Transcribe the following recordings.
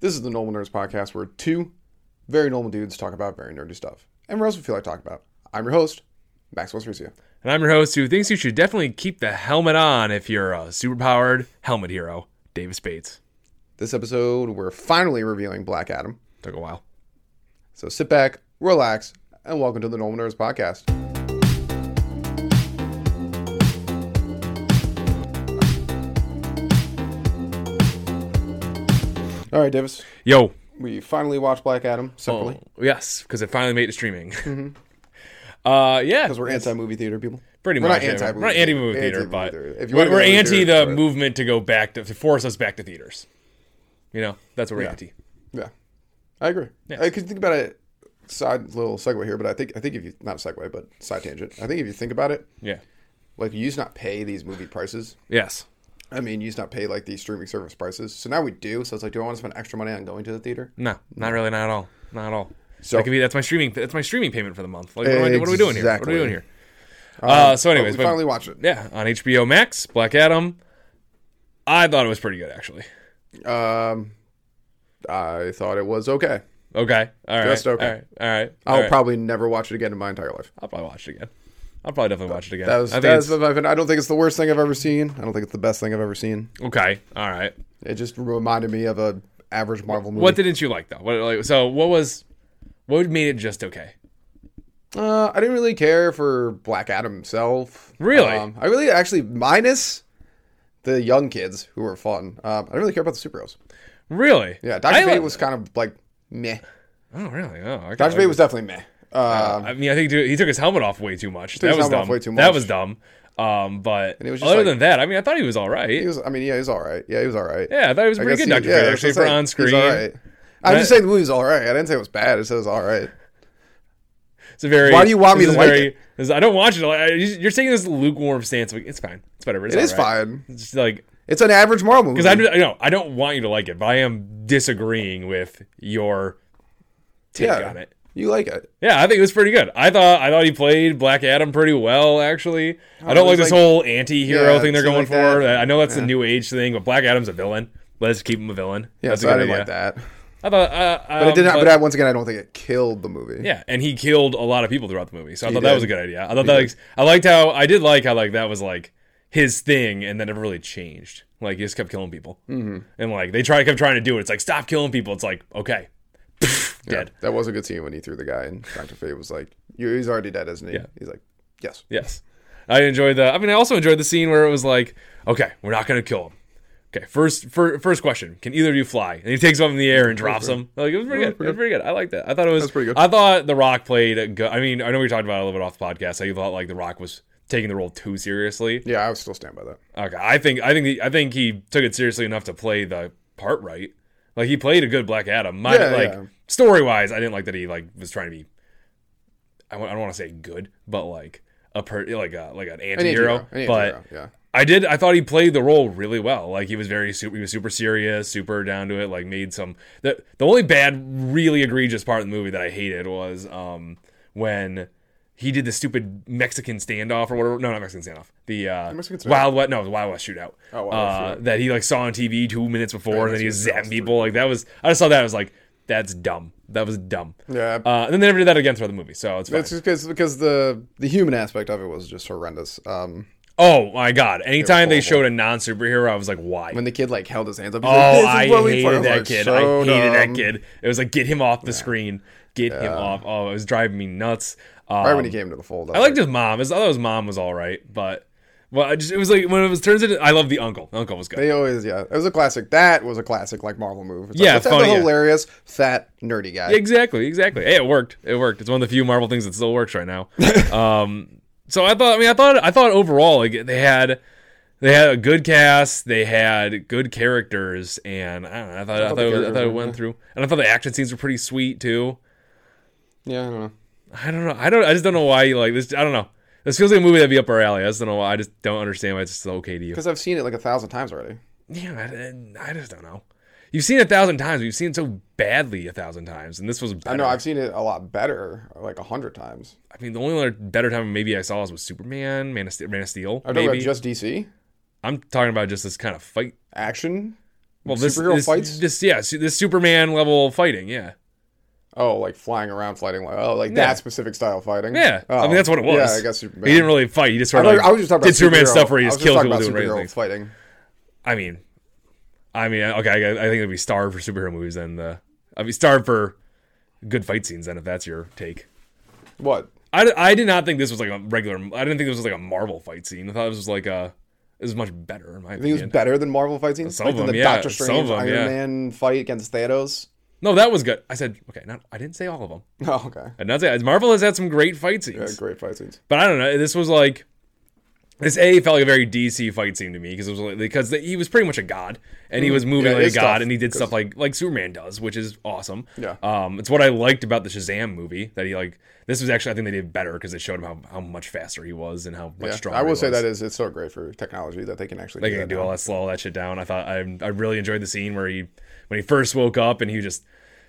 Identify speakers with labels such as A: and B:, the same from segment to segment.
A: This is the Normal Nerds Podcast where two very normal dudes talk about very nerdy stuff and whatever else we feel like talking about. I'm your host, Max Westricio.
B: And I'm your host who thinks you should definitely keep the helmet on if you're a superpowered helmet hero, Davis Bates.
A: This episode, we're finally reviewing Black Adam.
B: Took a while.
A: So sit back, relax, and welcome to the Normal Nerds Podcast. All right, Davis.
B: Yo.
A: We finally watched Black Adam separately
B: Oh, yes, because it finally made it streaming. Uh, yeah,
A: because Mm-hmm. we're anti-movie theater people.
B: pretty
A: we're not
B: much. yeah.
A: anti-movie
B: We're not
A: theater.
B: anti-movie theater,
A: Anti-movie
B: but
A: theater. If you wanna go
B: we're, we're
A: to the
B: anti
A: theater,
B: the
A: go to it.
B: movement to go back to, to force us back to theaters. You know, that's what we're
A: Yeah.
B: anti.
A: Yeah, I agree. I could think about it. Side little segue here, but I think I think if you not a segue, but side tangent. I think if you think about it,
B: Yeah.
A: like you used to not pay these movie prices.
B: Yes.
A: I mean, you used to not pay like these streaming service prices. So now we do. So it's like, do I want to spend extra money on going to the theater?
B: No, not really. Not at all. Not at all.
A: So-
B: So that could be that's my streaming. That's my streaming payment for the month. Like, what, am I do- what are we doing here? What are
A: Exactly.
B: we doing here? Uh, so,
A: But
B: anyways,
A: we
B: but-
A: finally watched it.
B: yeah, on HBO Max, Black Adam. I thought it was pretty good, actually.
A: Um, I thought it was okay.
B: Okay, all right,
A: Just okay.
B: All right, all right.
A: I'll
B: all right.
A: probably never watch it again in my entire life.
B: I'll probably watch it again. I'll probably definitely watch it again.
A: That was,
B: I think
A: that was
B: it's-
A: my- I don't think it's the worst thing I've ever seen. I don't think it's the best thing I've ever seen.
B: okay. All right.
A: It just reminded me of a average Marvel movie.
B: What didn't you like though? What like so? What was what made it just okay?
A: Uh, I didn't really care for Black Adam himself.
B: Really?
A: Um, I really actually minus the young kids who were fun. Um, I didn't really care about the superheroes.
B: Really?
A: Yeah,
B: I
A: Doctor Fate
B: li-
A: was kind of like meh.
B: Oh really? Oh, okay.
A: Doctor Fate was definitely meh. Uh,
B: I mean, I think dude, he took his helmet off way too much. That
A: his
B: was
A: helmet off
B: dumb.
A: way too
B: That
A: much.
B: was dumb. Um, but
A: it was just
B: other
A: like-
B: than that, I mean, I thought he was all right.
A: he was. I mean, yeah, he was all right. Yeah, he was all right.
B: yeah, I thought he was a
A: I
B: pretty
A: guess
B: good
A: he-
B: Doctor
A: yeah,
B: Fate
A: that's what
B: actually
A: I'm
B: for
A: saying.
B: on
A: He's
B: screen.
A: all right. I'm
B: Right.
A: just saying the movie's all right. I didn't say it was bad. I said it was all right.
B: It's a very.
A: Why do you want me
B: this is
A: to like
B: very, this- I don't watch it. Like, I- You're taking this lukewarm stance. Like, it's fine. It's whatever. It's
A: It is
B: all right.
A: fine.
B: It's just like
A: It's an average Marvel movie.
B: because I don't- you know I don't want you to like it, but I am disagreeing with your take
A: Yeah.
B: on it.
A: You like it?
B: Yeah, I think it was pretty good. I thought I thought he played Black Adam pretty well, actually. I don't
A: Oh, it
B: like
A: was
B: this
A: like-
B: whole anti-hero
A: Yeah,
B: thing they're
A: something
B: going
A: like that.
B: for. I know that's the new age thing, but Black Adam's a villain. Let's keep him a villain.
A: Yeah,
B: that's
A: so
B: a
A: I
B: good
A: didn't
B: idea.
A: like that.
B: I thought, uh,
A: But it did not. But, I, once again, I don't think it killed the movie.
B: Yeah, and he killed a lot of people throughout the movie. So I thought that was a
A: did.
B: good idea. I thought that like, I liked how I did like how like that was like his thing, and that never really changed. Like he just kept killing people, mm-hmm. and like they tried kept trying to do it. It's like stop killing people. It's like okay, dead.
A: That was a good scene when he threw the guy, and Doctor Fate was like, "You- "He's already dead, isn't he?" He's like, "Yes."
B: Yes, I enjoyed the. I mean, I also enjoyed the scene where it was like, okay, we're not gonna kill him. Okay, first fir- first question: Can either of you fly? And he takes him up in the air and drops him. Like it was pretty good. It was pretty good. I liked that. I thought it was
A: pretty good.
B: I thought The Rock played. A good, I mean, I know we talked about it a little bit off the podcast. I thought like The Rock was taking the role too seriously.
A: Yeah, I would still stand by that.
B: Okay, I think I think the, I think he took it seriously enough to play the part right. Like he played a good Black Adam. My,
A: Yeah,
B: like
A: yeah.
B: story wise, I didn't like that he like was trying to be. I w- I don't want to say good, but like a per, like a like an
A: An
B: anti-hero,
A: anti-hero, an
B: but
A: anti-hero, yeah,
B: I did. I thought he played the role really well. Like he was very super. He was super serious, super down to it. Like made some. The the only bad, really egregious part of the movie that I hated was um when he did the stupid Mexican standoff or whatever. No, not Mexican standoff. The uh,
A: Mexican standoff.
B: Wild West. No, the Wild West shootout.
A: Oh, Wild West
B: uh, that he like saw on TV two minutes before, and then he was
A: Mexican standoff's
B: zapping people. Like that was. I just saw that. I was like, that's dumb. That was dumb.
A: yeah.
B: Uh, and then they never did that again throughout the movie, so it's fine.
A: it's just because because the the human aspect of it was just horrendous. Um,
B: oh my god! Anytime they showed a non superhero, I was like, why?
A: when the kid like held his hands up, he's like,
B: Oh,
A: "This is
B: I
A: what we
B: hated
A: for." was
B: that
A: like,
B: kid.
A: so
B: I hated
A: dumb.
B: that kid. It was like get him off the screen, get him off. Oh, it was driving me nuts. Um,
A: Right when he came to the fold,
B: I liked his mom. His, I thought his mom was all right, but well, I just, it was like when it was turns into. I love the uncle. The uncle was good.
A: They always, yeah, it was a classic. That was a classic, like Marvel move. It's like,
B: Yeah,
A: let's have
B: funny,
A: the
B: yeah.
A: hilarious fat nerdy guy.
B: Exactly, exactly. Hey, it worked. It worked. It's one of the few Marvel things that still works right now. um, so I thought. I mean, I thought. I thought overall, like they had. They had a good cast. They had good characters, and I don't know. I thought, I thought,
A: the
B: it, was- I
A: characters
B: thought it
A: were-
B: went through, and I thought the action scenes were pretty sweet too.
A: Yeah, I don't know.
B: I don't know. I don't. I just don't know why you like this. I don't know. This feels like a movie that'd be up our alley. I just don't know why. I just don't understand why it's just okay to you.
A: Because I've seen it like a thousand times already.
B: Yeah, I, I just don't know. You've seen it a thousand times. We've seen it so badly a thousand times, and this was. Better.
A: I know I've seen it a lot better, like a hundred times.
B: I mean, the only other better time maybe I saw was with Superman, Man of, Ste- Man of Steel.
A: I'm talking
B: Maybe
A: about just DC
B: I'm talking about just this kind of fight.
A: action.
B: Well, this,
A: Superhero
B: this-
A: fights?
B: This yeah, su- this Superman level fighting. Yeah,
A: Oh, like flying around, fighting. Like, oh, like
B: Yeah.
A: that specific style fighting.
B: yeah.
A: Oh.
B: I mean, that's what it was.
A: Yeah, I guess Superman.
B: He didn't really fight. He just
A: I,
B: sort
A: thought-
B: of like,
A: I was just talking about
B: did Superman
A: superhero.
B: stuff where he
A: I
B: just
A: was just
B: kills
A: talking
B: people
A: about
B: doing random
A: superhero
B: things.
A: fighting.
B: I mean, I mean, okay, I, I think it'd be starved for superhero movies. Then the I'd be starved for good fight scenes. Then if that's your take.
A: What?
B: I, I did not think this was like a regular. I didn't think this was like a Marvel fight scene. I thought this was like a. This is much better in my
A: I think it was
B: opinion.
A: better than Marvel fight scenes.
B: Some
A: like
B: of
A: than
B: them,
A: the
B: yeah.
A: Doctor
B: Some
A: Strange
B: of them,
A: Iron
B: yeah.
A: Man fight against Thanos.
B: No, that was good. I said okay. Not I didn't say all of them.
A: Oh, okay.
B: I did not say Marvel has had some great fight
A: Yeah,
B: scenes,
A: great fight scenes.
B: but I don't know. This was like this a felt like a very DC fight scene to me because it was like, because the, he was pretty much a god and he was moving
A: Mm-hmm. Yeah,
B: like a
A: it's
B: god
A: tough,
B: and he did stuff like like Superman does, which is awesome.
A: Yeah.
B: um, it's what I liked about the Shazam movie that he like. This was actually I think they did better because they showed him how, how much faster he was and how much
A: Yeah.
B: stronger.
A: I
B: he
A: will say
B: was.
A: that is it's so great for technology that they can actually
B: They
A: do
B: can
A: that
B: do
A: now.
B: all that, slow all that shit down. I thought I, I really enjoyed the scene where he, when he first woke up and he just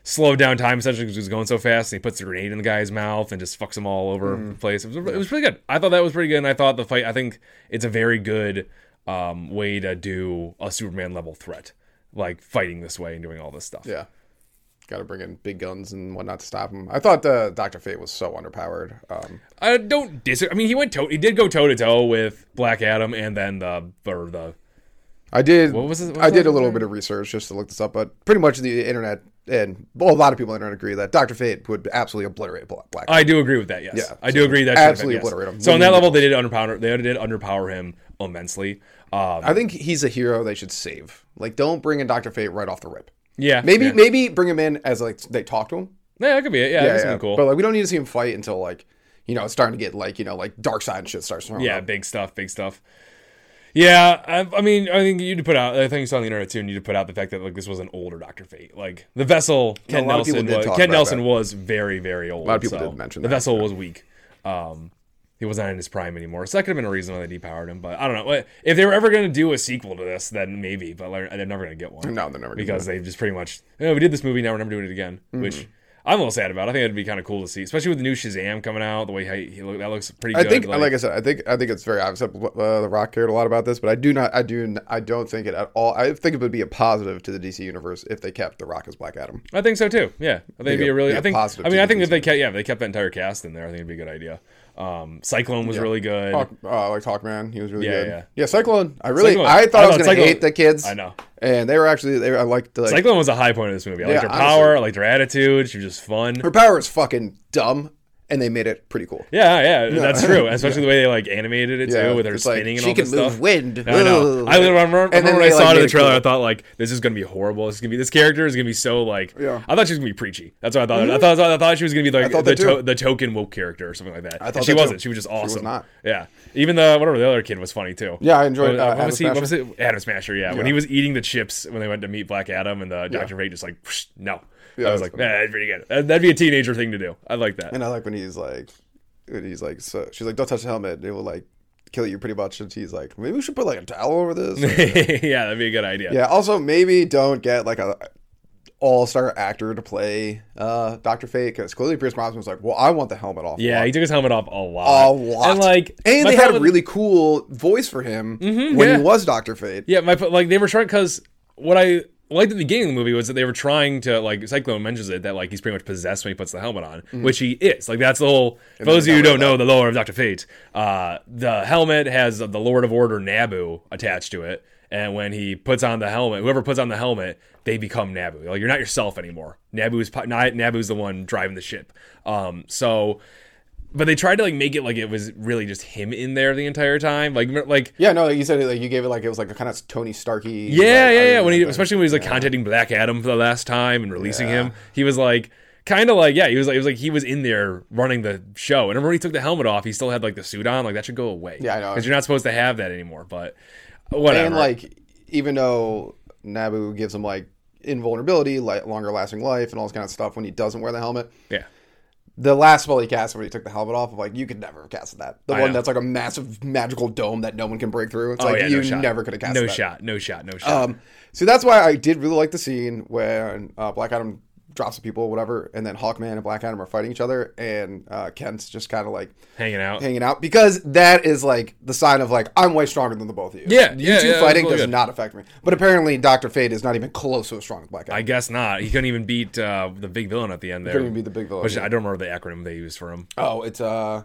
B: slowed down time essentially because he was going so fast and he puts the grenade in the guy's mouth and just fucks him all over the place. It was, it was pretty good. I thought that was pretty good. And I thought the fight, I think it's a very good um, way to do a Superman level threat, like fighting this way and doing all this stuff.
A: Yeah. Got to bring in big guns and whatnot to stop him. I thought uh, Doctor Fate was so underpowered. Um,
B: I don't dis. I mean, he went toe, he did go toe to toe with Black Adam and then the, or the,
A: I did. What
B: was it- what
A: I
B: was
A: did
B: that
A: a little
B: again?
A: bit of research just to look this up, but pretty much the internet and well, a lot of people on the internet agree that Doctor Fate would absolutely obliterate Bla- Black.
B: I do agree with that. Yes,
A: Yeah,
B: I do agree that
A: absolutely
B: should have been-
A: obliterate him.
B: So on that level, they did underpower. They did underpower him immensely. Um,
A: I think he's a hero they should save. Like, don't bring in Doctor Fate right off the rip.
B: yeah,
A: Maybe
B: yeah.
A: maybe bring him in as like they talk to him.
B: yeah, that could be it. Yeah, that's cool.
A: But like we don't need to see him fight until like you know it's starting to get like you know like dark side and shit starts. Throwing
B: yeah,
A: up.
B: big stuff, big stuff. Yeah, I, I mean, I think you need to put out. I think you saw on the internet too, and you need to put out the fact that like this was an older Doctor Fate. Like the vessel, Ken
A: lot of people
B: Nelson,
A: did
B: was,
A: talk
B: Ken
A: about
B: Nelson was very, very old. A lot
A: of people
B: so
A: did mention
B: the
A: that,
B: vessel was weak. Um, he wasn't in his prime anymore, so that could have been a reason why they depowered him. But I don't know if they were ever going to do a sequel to this, then maybe. But like, they're never going to get one.
A: No, they're never gonna
B: because they just pretty much you know, we did this movie now we're never doing it again
A: Mm-hmm.
B: which i'm a little sad about i think that'd be kind of cool to see especially with the new shazam coming out the way he, he look, that looks pretty
A: I
B: good
A: think,
B: like,
A: like, I said, I think I think it's very obvious. that, Uh, the Rock cared a lot about this, but I do not, I do, n- I don't think it at all. I think it would be a positive to the DC universe if they kept the Rock as Black Adam.
B: I think so too yeah i think it'd be a really
A: be a
B: i think
A: positive
B: i mean i
A: to
B: think
A: the
B: if they kept yeah if they kept that entire cast in there i think it'd be a good idea um cyclone was really good
A: Hawk, uh, like Hawkman, he was really
B: Yeah,
A: good.
B: yeah.
A: Yeah. Cyclone. I really,
B: Cyclone.
A: I thought
B: I
A: I, was gonna
B: thought Cyclone-
A: hate the kids.
B: I know.
A: and they were actually, they were, I liked like
B: cyclone was a high point of this movie i liked
A: Yeah,
B: her
A: honestly.
B: power i liked her attitude she was just fun
A: her power is fucking dumb, and they made it pretty cool.
B: yeah, yeah, that's true. Especially the way they like animated it too, with her
A: it's like,
B: spinning and
A: she
B: all
A: can
B: this
A: move
B: stuff.
A: wind.
B: I know.
A: Ugh.
B: I remember, remember
A: And then
B: when I
A: they,
B: saw
A: like,
B: it in
A: made
B: the
A: it
B: trailer,
A: cool.
B: I thought like this is gonna be horrible. This is gonna be this character is gonna be so like.
A: Yeah. Mm-hmm.
B: I thought she was gonna be preachy. That's what I thought. I thought I thought she was gonna be like
A: thought
B: the,
A: that too.
B: to- the token woke character or something like that. I
A: thought
B: she
A: that too.
B: wasn't. She was just awesome.
A: not.
B: Yeah. Even the whatever the other kid was funny too.
A: Yeah, I enjoyed, uh,
B: what
A: Adam
B: was he, what was it? Adam Smasher. Yeah. When he was eating the chips when they went to meet Black Adam and the Doctor Fate just like "Psh, no. I
A: that's
B: was like,
A: funny.
B: yeah, that's pretty good. That- That'd be a teenager thing to do. I like that.
A: And I like when he's like, when he's like, so she's like, don't touch the helmet. It will like kill you pretty much. And he's like, maybe we should put like a towel over this.
B: yeah, that'd be a good idea.
A: yeah. Also, maybe don't get like a all star actor to play uh, Doctor Fate because clearly Pierce Brosnan was like, well, I want the helmet off.
B: Yeah, he took his helmet off a lot.
A: A lot.
B: And like,
A: and
B: my
A: they had a
B: problem-
A: really cool voice for him when
B: yeah.
A: he was Doctor Fate.
B: Yeah, my like they were trying because what I liked at the beginning of the movie was that they were trying to like Cyclone mentions it that like he's pretty much possessed when he puts the helmet on, which he is. Like that's the whole. For those of you who don't know, the Lord of Doctor Fate, uh, the helmet has the Lord of Order Nabu attached to it, and when he puts on the helmet, whoever puts on the helmet, they become Nabu. Like you're not yourself anymore. Nabu's po- not Nabu's the one driving the ship. Um, so. But they tried to like make it like it was really just him in there the entire time. Like like
A: Yeah, no, you said it, like you gave it like it was like a kind of Tony Starky. like,
B: yeah, yeah,
A: Iron
B: yeah. When
A: Man
B: he,
A: thing.
B: especially when he was like contacting Black Adam for the last time and releasing him, he was like, kind of like, yeah, he was like, he was like, he was in there running the show. And remember when he took the helmet off, he still had like the suit on. Like that should go away.
A: Yeah, I know.
B: Because you're not supposed to have that anymore. But whatever.
A: And like, even though Nabu gives him like invulnerability, like longer lasting life, and all this kind of stuff, when he doesn't wear the helmet,
B: yeah.
A: the last spell he cast when he took the helmet off, I'm like, you could never have casted that. The one
B: know.
A: that's like a massive magical dome that no one can break through. It's
B: Oh,
A: like
B: yeah, no
A: you
B: shot.
A: never could have casted
B: No
A: that.
B: shot. No shot. No shot.
A: Um, so that's why I did really like the scene when uh, Black Adam drops of people, whatever, and then Hawkman and Black Adam are fighting each other, and uh, Kent's just kind of like
B: hanging out.
A: hanging out because that is like the sign of like I'm way stronger than the both of you.
B: Yeah,
A: you
B: yeah,
A: two
B: yeah,
A: fighting
B: totally
A: does
B: good.
A: not affect me. But apparently, Doctor Fate is not even close to as strong as Black Adam.
B: I guess not. He couldn't even beat uh, the big villain at the end there.
A: couldn't even beat the big villain,
B: Which
A: yeah.
B: I don't remember the acronym they used for him.
A: oh, it's uh.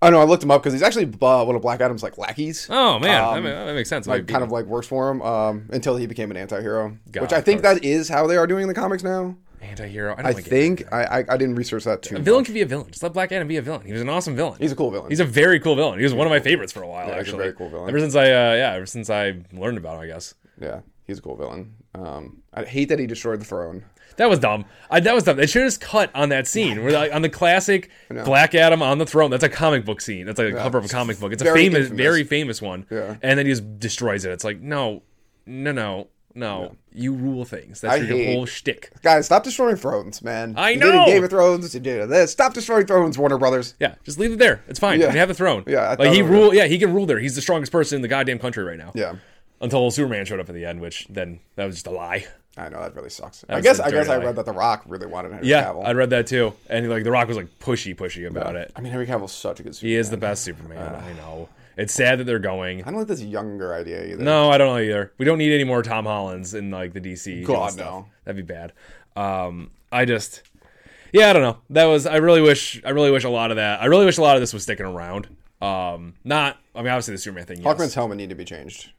A: I know I looked him up because he's actually uh, one of Black Adam's like lackeys.
B: Oh man,
A: Um,
B: that, ma- that makes sense.
A: like kind of like works for him um, until he became an anti-hero,
B: God,
A: which I
B: of
A: think that is how they are doing the comics now.
B: anti-hero. I, don't
A: I
B: like it.
A: think I, I I didn't research that too.
B: A
A: much.
B: villain can be a villain. Just let Black Adam be a villain. He was an awesome villain.
A: He's a cool villain.
B: He's a very cool villain. He was one of my favorites for a while.
A: he's a
B: actually,
A: very cool villain.
B: Ever since I, uh, yeah, ever since I learned about him, I guess
A: yeah, he's a cool villain. Um, I hate that he destroyed the throne.
B: that was dumb. I, that was dumb. They should have just cut on that scene. Where like on the classic Black Adam on the throne. That's a comic book scene. That's like a cover of a comic book. It's a
A: very
B: famous,
A: infamous.
B: very famous one.
A: Yeah.
B: And then he just destroys it. It's like no, no, no, no. You rule things. That's
A: I
B: your
A: hate-
B: whole shtick.
A: Guys, stop destroying thrones, man.
B: I
A: You did it in
B: know!
A: Game of Thrones. You did it in this. Stop destroying thrones, Warner Brothers.
B: Yeah, just leave it there. It's fine.
A: Yeah.
B: You have the throne.
A: Yeah, I
B: like
A: thought
B: he
A: it was-
B: rule. Yeah, he can rule there. He's the strongest person in the goddamn country right now.
A: Yeah,
B: Until Superman showed up at the end, which then that was just a lie.
A: I know that really sucks. I
B: was
A: guess
B: a
A: I guess
B: dirty
A: I
B: lie.
A: read that The Rock really wanted Henry
B: Yeah,
A: Cavill.
B: I read that too. And like The Rock was like pushy, pushy about it.
A: I mean, Henry Cavill's such a good.
B: He
A: Superman.
B: is the best Superman.
A: Uh.
B: I know. It's sad that they're going.
A: I don't like this younger idea either.
B: No, I don't know either. We don't need any more Tom Hollands in like the DC.
A: God,
B: stuff.
A: no.
B: that'd be bad. Um, I just, yeah, I don't know. That was. I really wish. I really wish a lot of that. I really wish a lot of this was sticking around. Um, not. I mean, obviously the Superman thing. Yes.
A: Hawkman's helmet need to be changed.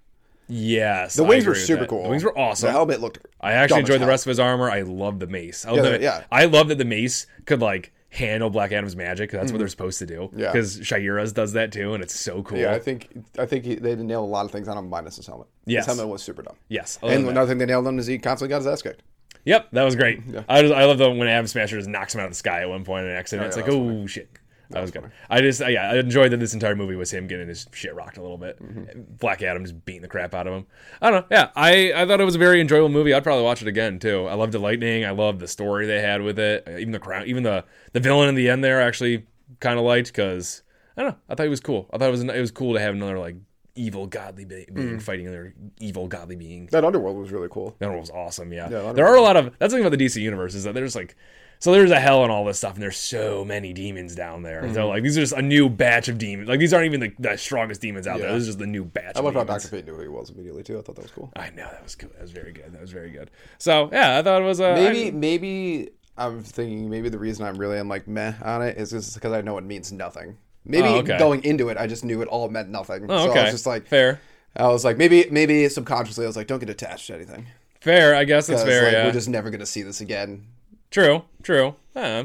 B: Yes,
A: The
B: I
A: wings were
B: agree with
A: super
B: that.
A: cool.
B: The wings were awesome.
A: The helmet looked.
B: I
A: dumb
B: actually
A: as
B: enjoyed the
A: hell.
B: rest of his armor. I love the mace. I love,
A: Yeah,
B: that,
A: yeah.
B: I love that the mace could like handle Black Adam's magic. 'cause That's what they're supposed to do.
A: Mm-hmm. Yeah.
B: because Shaira's does that too, and it's so cool.
A: Yeah, I think I think he, they nailed a lot of things on him minus his helmet.
B: Yes.
A: his helmet was super dumb.
B: Yes, I love
A: And
B: that.
A: another thing they nailed on is he constantly got his ass kicked.
B: yep, that was great. I just, I love that when Adam Smasher just knocks him out of the sky at one point in an accident. it's
A: yeah,
B: like oh shit. That was good. I just, yeah, I enjoyed that this entire movie was him getting his shit rocked a little bit. Black Adam just beating the crap out of him. I don't know. Yeah, I, I thought it was a very enjoyable movie. I'd probably watch it again too. I loved the lightning. I loved the story they had with it. Even the crown, even the the villain in the end there I actually kind of liked because I don't know. I thought he was cool. I thought it was it was cool to have another like evil godly be- being fighting another evil godly being.
A: That underworld was really cool.
B: That one was awesome. Yeah,
A: that
B: there are a lot of that's the thing about the DC universe is that there's like so there's a hell and all this stuff, and there's so many demons down there. So
A: Mm-hmm.
B: like these are just a new batch of demons. Like these aren't even the, the strongest demons out there. This is just the new batch.
A: I
B: of
A: loved how
B: demons.
A: Doctor Fate knew who he was immediately too. I thought that was cool.
B: I know that was good. That was very good. That was very good. So yeah, I thought it was uh,
A: Maybe
B: I-
A: maybe I'm thinking maybe the reason I'm really I'm like meh on it is just because I know it means nothing. Maybe
B: Oh, okay.
A: going into it, I just knew it all meant nothing.
B: oh,
A: So
B: okay,
A: I was just like,
B: fair,
A: I was like, maybe maybe subconsciously I was like, don't get attached to anything.
B: fair. I guess that's
A: 'Cause,
B: fair.
A: like,
B: yeah,
A: We're just never gonna see this again.
B: true, true. Uh,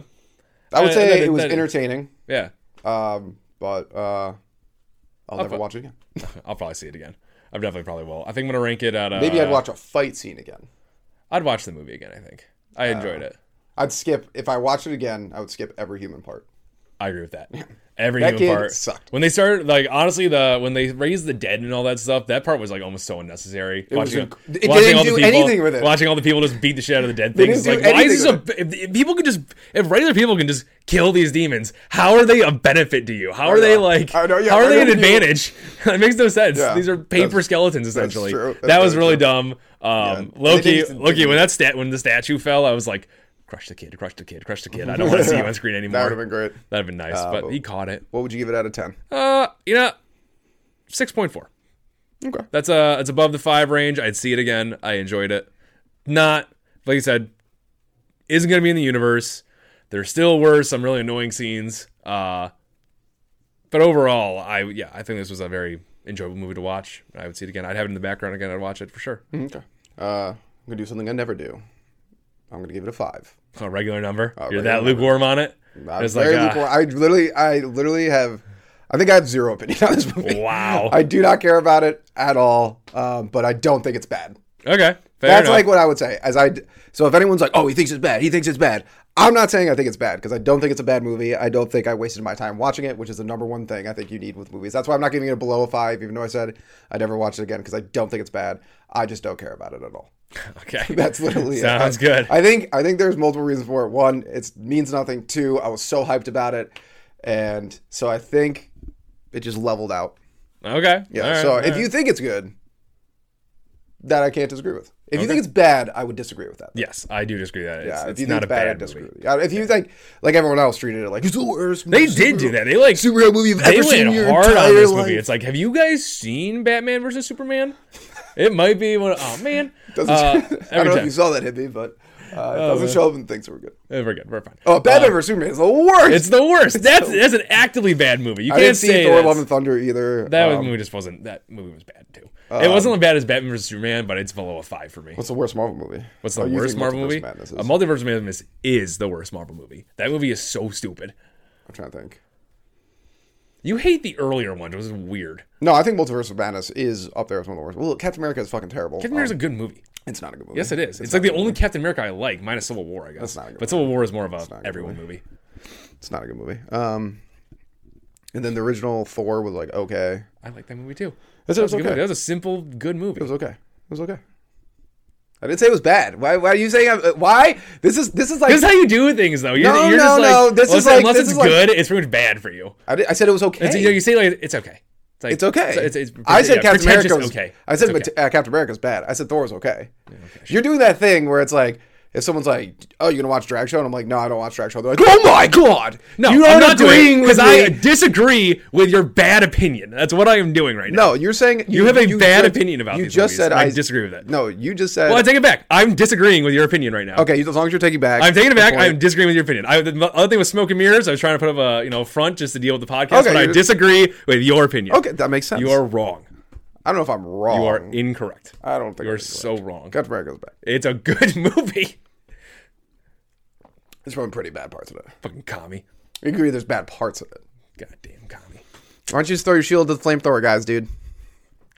A: I would
B: Uh,
A: say
B: that-
A: it was
B: that-
A: entertaining,
B: yeah,
A: um, but uh, I'll never watch it again.
B: I'll probably see it again. I definitely probably will. I think I'm gonna rank it at. Uh,
A: Maybe I'd watch a fight scene again.
B: I'd watch the movie again. I think
A: Uh,
B: I enjoyed it.
A: I'd skip if I watched it again. I would skip every human part.
B: I agree with that. Every
A: That
B: human
A: kid
B: part
A: sucked.
B: When they started, like honestly, the when they raised the dead and all that stuff, that part was like almost so unnecessary.
A: was
B: watching
A: inc- it didn't do anything with it.
B: Watching all the people just beat the shit out of the dead things.
A: didn't
B: Like,
A: do
B: why is this
A: anything
B: a? If, if people can just, if regular people can just kill these demons, how are they a benefit to you? How are they
A: know.
B: like?
A: I know, yeah,
B: how are they an
A: regular people-
B: advantage? that makes no sense.
A: Yeah,
B: these are paper
A: that's-
B: skeletons essentially.
A: true. That's
B: that was
A: very
B: really
A: true.
B: dumb. Um,
A: They
B: Loki,
A: didn't-
B: Loki, when that stat when the statue fell, I was like. Crush the kid, crush the kid, crush the kid. I don't want to see you on screen anymore.
A: That would have been great.
B: That'd been nice, but he caught it.
A: What would you give it out of ten?
B: Uh, you know, six point four.
A: Okay.
B: That's uh, it's above the five range. I'd see it again. I enjoyed it. Not like I said, isn't gonna be in the universe. There still were some really annoying scenes. Uh, but overall, I yeah, I think this was a very enjoyable movie to watch. I would see it again. I'd have it in the background again. I'd watch it for sure.
A: Okay. Uh, I'm gonna do something I never do. I'm gonna give it a five.
B: A regular number. You're
A: regular
B: that
A: number.
B: lukewarm on it.
A: I'm
B: It's
A: very
B: like, uh,
A: lukewarm. I literally, I literally have. I think I have zero opinion on this movie.
B: Wow.
A: I do not care about it at all. Um, but I don't think it's bad.
B: Okay, fair
A: That's
B: enough.
A: like what I would say. As I, d- so if anyone's like, "Oh, he thinks it's bad," he thinks it's bad. I'm not saying I think it's bad because I don't think it's a bad movie. I don't think I wasted my time watching it, which is the number one thing I think you need with movies. That's why I'm not giving it a below a five, even though I said I'd never watch it again because I don't think it's bad. I just don't care about it at all.
B: okay.
A: That's literally
B: Sounds
A: it.
B: good.
A: I think I think there's multiple reasons for it. One, it means nothing. Two, I was so hyped about it, and so I think it just leveled out.
B: Okay.
A: Yeah.
B: All right,
A: so
B: all
A: if
B: right.
A: you think it's good, that I can't disagree with. If you think it's bad, I would disagree with that.
B: Yes, I do disagree that it's,
A: Yeah,
B: it's not a bad, movie.
A: with it. If you think like everyone else treated it like it's the worst,
B: They did do that. They like
A: superhero movie you've
B: they
A: ever seen in
B: went
A: your
B: hard
A: entire
B: on this
A: life.
B: movie. It's like, have you guys seen Batman versus Superman? It might be one. Oh man, Uh,
A: I don't know
B: every
A: if
B: time Oh,
A: you saw that hippie, but uh, it doesn't show up in things we're good.
B: Uh, we're good. We're fine.
A: Oh, Batman vs Superman is the worst.
B: It's the worst. That's that's an actively bad movie. You
A: I
B: can't
A: didn't see
B: say
A: Thor:
B: that's-
A: Love and Thunder either.
B: that
A: Um,
B: movie just wasn't. That movie was bad too. it wasn't as bad as Batman vs Superman, but it's below a five for me.
A: what's the worst Marvel movie?
B: What's the
A: Oh, you
B: worst
A: think
B: Marvel
A: Multiverse
B: movie?
A: Madness is.
B: A Multiverse of Madness is the worst Marvel movie. That movie is so stupid.
A: I'm trying to think.
B: You hate the earlier one. It was weird.
A: No, I think Multiverse of Madness is up there as one of the worst. Well, Captain America is fucking terrible.
B: Captain America's a good movie.
A: Um, it's not a good movie.
B: Yes, it is. It's, like the only Captain America I like, minus Civil War, I guess.
A: not a good
B: but Civil War is more of a
A: a good
B: everyone movie.
A: It's not a good movie. Um, and then the original Thor was like okay.
B: I like that movie too.
A: That's
B: That was, a
A: okay.
B: good movie. that was a simple, good movie.
A: It was okay. It was okay. I didn't say it was bad. Why? Why are you saying? I'm, uh, why? This is this is like
B: this is how you do things, though. You're,
A: No,
B: you're
A: no,
B: just like,
A: no. This
B: unless,
A: is like-
B: unless
A: this
B: it's
A: is like-
B: good, it's pretty much bad for you.
A: I, did, I said it was okay.
B: It's, you, know, you say like it's okay. It's, like,
A: It's okay.
B: It's, it's,
A: I said
B: yeah,
A: Captain
B: pretentious,
A: America was
B: okay.
A: I said
B: It's okay.
A: Mat- uh, Captain America's bad. I said Thor was okay. You're doing that thing where it's like. If someone's like, "Oh, you gonna watch drag show?" and I'm like, "No, I don't watch drag show," they're like, "Oh my god,
B: No,
A: you
B: I'm not agreeing
A: with
B: because I
A: me."
B: disagree with your bad opinion. That's what I am doing right now.
A: No, you're saying
B: You have a bad opinion about
A: you
B: these
A: just
B: movies,
A: said
B: and I
A: I
B: disagree with that.
A: No, you just said
B: Well, I take it back. I'm disagreeing with your opinion right now.
A: okay. you- As long as you're taking back,
B: I'm taking it
A: the
B: back.
A: point.
B: I'm disagreeing with your opinion. I, the other thing was smoke and mirrors. I was trying to put up a you know front just to deal with the podcast,
A: Okay,
B: but I
A: you're-
B: disagree with your opinion.
A: okay. That makes sense.
B: you are wrong.
A: I don't know if I'm wrong.
B: You are incorrect.
A: I don't think
B: You are
A: I'm
B: so wrong.
A: Captain America's bad.
B: It's a good movie.
A: There's probably pretty bad parts of it.
B: Fucking commie.
A: You agree? There's bad parts of it.
B: Goddamn commie.
A: Why don't you just throw your shield to the flamethrower, guys, dude?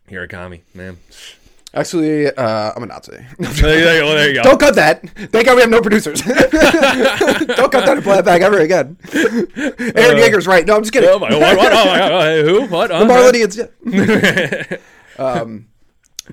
B: You're a commie, man.
A: Actually, uh, I'm a Nazi.
B: there, you- there you- well, there you go.
A: Don't cut that. Thank God we have no producers. Don't cut that and play it back ever again. Aaron Yeager's right. No, I'm just kidding.
B: Uh, Oh my, what, what, oh my, oh, who? What? Uh,
A: Marlon Ian's- yeah. um,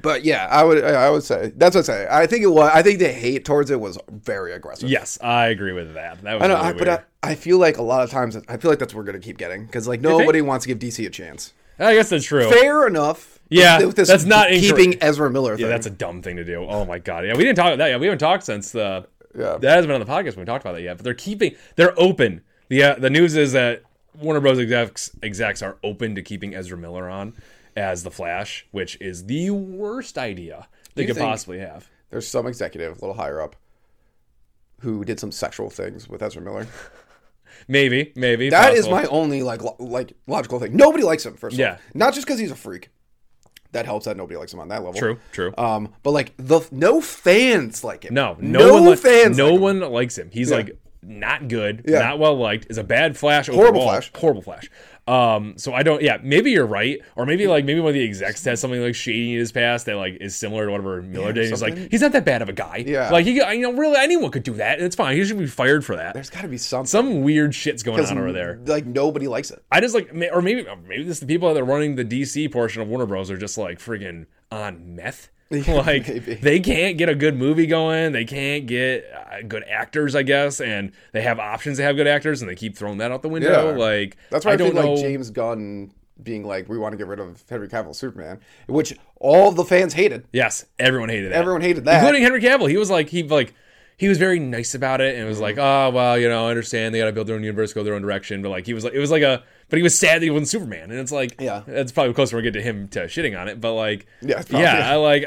A: but yeah, I would. I would say that's what I say. I think it was. I think the hate towards it was very aggressive.
B: Yes, I agree with that. That was
A: I know,
B: really
A: I,
B: weird.
A: but I, I feel like a lot of times I feel like that's what we're gonna keep getting because like nobody wants to give DC a chance.
B: I guess that's true.
A: Fair enough.
B: Oh. Yeah, that's not
A: keeping Ezra Miller. Thing.
B: Yeah, that's a dumb thing to do. Oh my god. Yeah, we didn't talk about that yet. We haven't talked since the
A: Yeah.
B: that hasn't been on the podcast. We haven't talked about that yet. But they're keeping they're open. The uh, the news is that Warner Bros. execs execs are open to keeping Ezra Miller on as the Flash, which is the worst idea they could
A: think-
B: possibly have.
A: There's some executive a little higher up who did some sexual things with Ezra Miller.
B: Maybe, maybe
A: That is
B: possible.
A: my only like lo- like logical thing. Nobody likes him first.
B: Yeah.
A: of all. not just because he's a freak. That helps that nobody likes him on that level.
B: true, true.
A: Um, but like the no fans like him.
B: no, no, one li-
A: fans.
B: no
A: like him.
B: one likes him. He's like not good,
A: Yeah.
B: not well liked. Is a bad Flash.
A: Horrible
B: overall.
A: Flash.
B: Horrible Flash. Um, so I don't. Yeah, maybe you're right, or maybe like maybe one of the execs has something like shady in his past that like is similar to whatever Miller did. He's like,
A: something.
B: he's not that bad of a guy.
A: Yeah.
B: like he, you know, really anyone could do that. It's fine. He should be fired for that.
A: There's got to be something.
B: Some weird shit's going on over there.
A: Like nobody likes it.
B: I just like, ma- or maybe maybe this the people that are running the DC portion of Warner Bros are just like friggin' on meth. like
A: maybe.
B: they can't get a good movie going. They can't get uh, good actors, I guess, and they have options to have good actors, and they keep throwing that out the window.
A: Yeah.
B: Like
A: That's why I,
B: I don't
A: think
B: know.
A: like James Gunn being like, we want to get rid of Henry Cavill Superman, which all the fans hated.
B: yes, everyone hated that.
A: Everyone hated that.
B: including Henry Cavill. He was like he like he was very nice about it and was like, oh well, you know, I understand they got to build their own universe, go their own direction, but like he was like it was like a but he was sad that he wasn't Superman, and it's like
A: Yeah.
B: that's probably closer we get to him to shitting on it, but like
A: Yeah, it's probably-
B: yeah, I like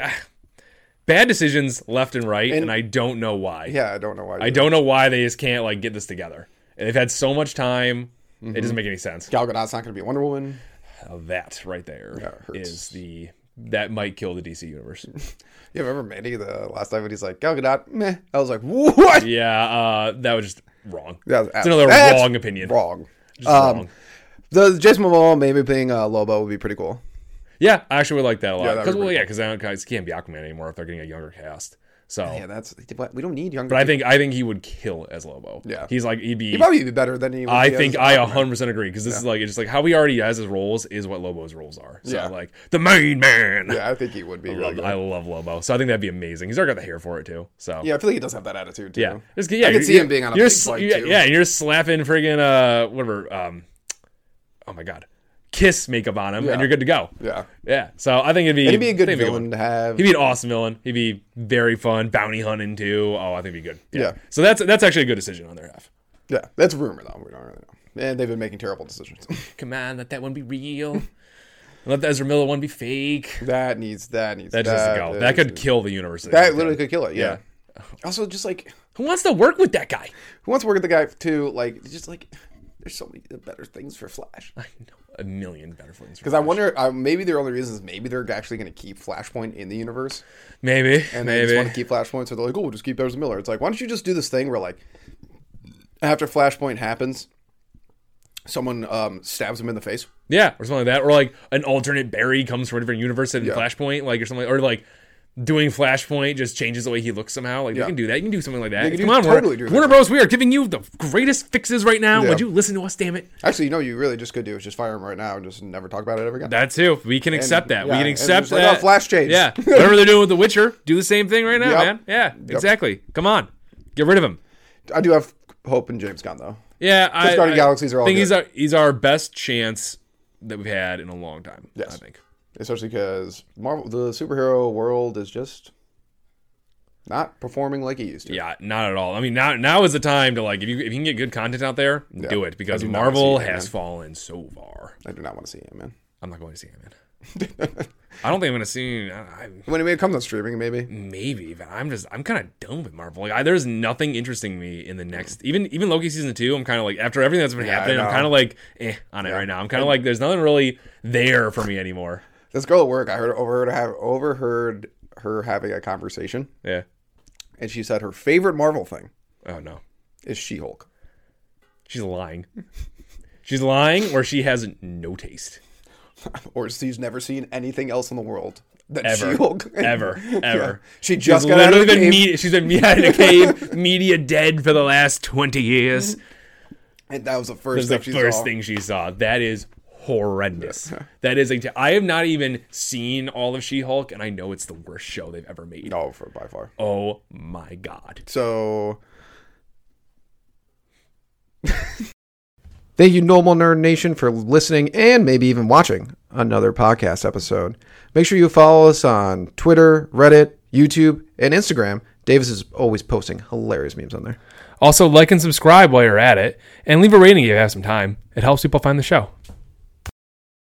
B: bad decisions left and right, and, I don't know why.
A: yeah, I don't know why.
B: I don't know why they just can't like get this together. And they've had so much time.
A: Mm-hmm.
B: It doesn't make any sense.
A: Gal Gadot's not going to be Wonder Woman.
B: Now That right there
A: it hurts.
B: is the that might kill the DC universe.
A: You ever met Eddie the last time when he's like Gal Gadot? Meh. I was like, what?
B: yeah, uh, that was just wrong.
A: That was
B: it's another
A: that's
B: wrong opinion.
A: Wrong. Um,
B: Just wrong.
A: The Jason Momoa maybe playing uh, Lobo would be pretty cool.
B: Yeah, I actually would like that a lot.
A: that'd
B: Because
A: be
B: well,
A: pretty
B: yeah, because I don't guys can't be Aquaman anymore if they're getting a younger cast. So,
A: Yeah, that's what- we don't need younger.
B: but I think I think he would kill as Lobo.
A: Yeah.
B: he's like he'd be.
A: he probably be better than he. Would
B: I
A: be
B: think
A: as-
B: I 100 percent agree because this is like it's just like how he already has his roles is what Lobo's roles are. So
A: Yeah.
B: like the main man.
A: Yeah, I think he would be.
B: I
A: Really
B: love,
A: good.
B: I love Lobo, so I think that'd be amazing. He's already got the hair for it too. So
A: Yeah, I feel like he does have that attitude too.
B: yeah, Just, yeah.
A: I
B: you're-
A: could see
B: you're-
A: him being on a
B: you're
A: big
B: sl-
A: flight,
B: yeah,
A: too.
B: yeah, and you're slapping friggin' uh whatever um, oh my god, kiss makeup on him,
A: Yeah.
B: and you're good to go.
A: Yeah.
B: Yeah. So I think it'd be
A: He'd be a good
B: I think it'd
A: villain to have.
B: He'd be an awesome villain. He'd be very fun, bounty hunting too. Oh, I think he'd be good.
A: Yeah.
B: So that's that's actually a good decision on their half.
A: yeah, that's rumor though. We don't really know. And they've been making terrible decisions.
B: Come on, let that one be real. And let the Ezra Miller one be fake.
A: that needs that needs
B: That just has to go. That could kill the universe.
A: that literally could kill it. Yeah. Also, just like
B: Who wants to work with that guy?
A: who wants to work with the guy too? Like just like there's so many better things for Flash.
B: I know a million better things.
A: Because I wonder, uh, maybe their only reason is maybe they're actually going to keep Flashpoint in the universe,
B: maybe,
A: and they just want
B: maybe.
A: to keep Flashpoint. So they're like, "Oh, we'll just keep Ezra Miller." It's like, why don't you just do this thing where, like, after Flashpoint happens, someone um, stabs him in the face.
B: Yeah, or something like that, or like an alternate Barry comes from a different universe in Flashpoint, like or something, or like doing Flashpoint just changes the way he looks somehow. Like
A: Yeah.
B: they can do that. You can do something like that.
A: can
B: Come
A: do-
B: on,
A: totally do
B: Warner,
A: that.
B: Warner Bros. We are giving you the greatest fixes right now.
A: Yeah.
B: Would you listen to us? Damn it.
A: Actually, you know, you really just could do is just fire him right now and just never talk about it ever again.
B: That too. We can accept
A: yeah,
B: that. we can
A: and
B: accept
A: just like, oh,
B: that.
A: Flash change.
B: Yeah. Whatever they're doing with The Witcher, do the same thing right now,
A: Yep.
B: man. Yeah. Exactly. Come on. Get rid of him.
A: I do have hope in James Gunn though.
B: Yeah, I,
A: Guardian
B: I
A: Galaxies are all
B: think
A: good.
B: he's our he's our best chance that we've had in a long time. Yes. I think.
A: especially because Marvel, the superhero world is just not performing like it used to.
B: Yeah, not at all. I mean, now now is the time to like if you if you can get good content out there, do it because
A: not
B: Marvel
A: see it,
B: has
A: man.
B: fallen so far.
A: I do not want to see him, man.
B: I'm not going to see it, man. I don't think I'm going to see. I, I,
A: When it comes on streaming, maybe.
B: maybe, but I'm just I'm kind of done with Marvel. Like, I, there's nothing interesting to me in the next even even Loki season two. I'm kind of like after everything that's been happening, I'm
A: know.
B: kind of like eh on it right now. I'm kind of like there's nothing really there for me anymore.
A: This girl at work, I heard overheard have overheard her having a conversation,
B: Yeah.
A: and she said her favorite Marvel thing
B: Oh no.
A: is She-Hulk.
B: She's lying. She's lying, or she has no taste
A: Or she's never seen anything else in the world than
B: ever,
A: She-Hulk.
B: ever, ever.
A: She just
B: she's
A: got out of
B: literally
A: the
B: been
A: cave.
B: me- she's been yeah, in a cave, media dead for the last twenty years.
A: and that was the
B: That's
A: first
B: the
A: thing she
B: first
A: saw.
B: thing she saw. That is horrendous. that is. a- I have not even seen all of She-Hulk, and I know it's the worst show they've ever made.
A: No, for by far.
B: Oh my god.
A: So. Thank you, Normal Nerd Nation, for listening and maybe even watching another podcast episode. Make sure you follow us on Twitter, Reddit, YouTube, and Instagram. Davis is always posting hilarious memes on there.
B: Also, like and subscribe while you're at it, and leave a rating if you have some time. It helps people find the show.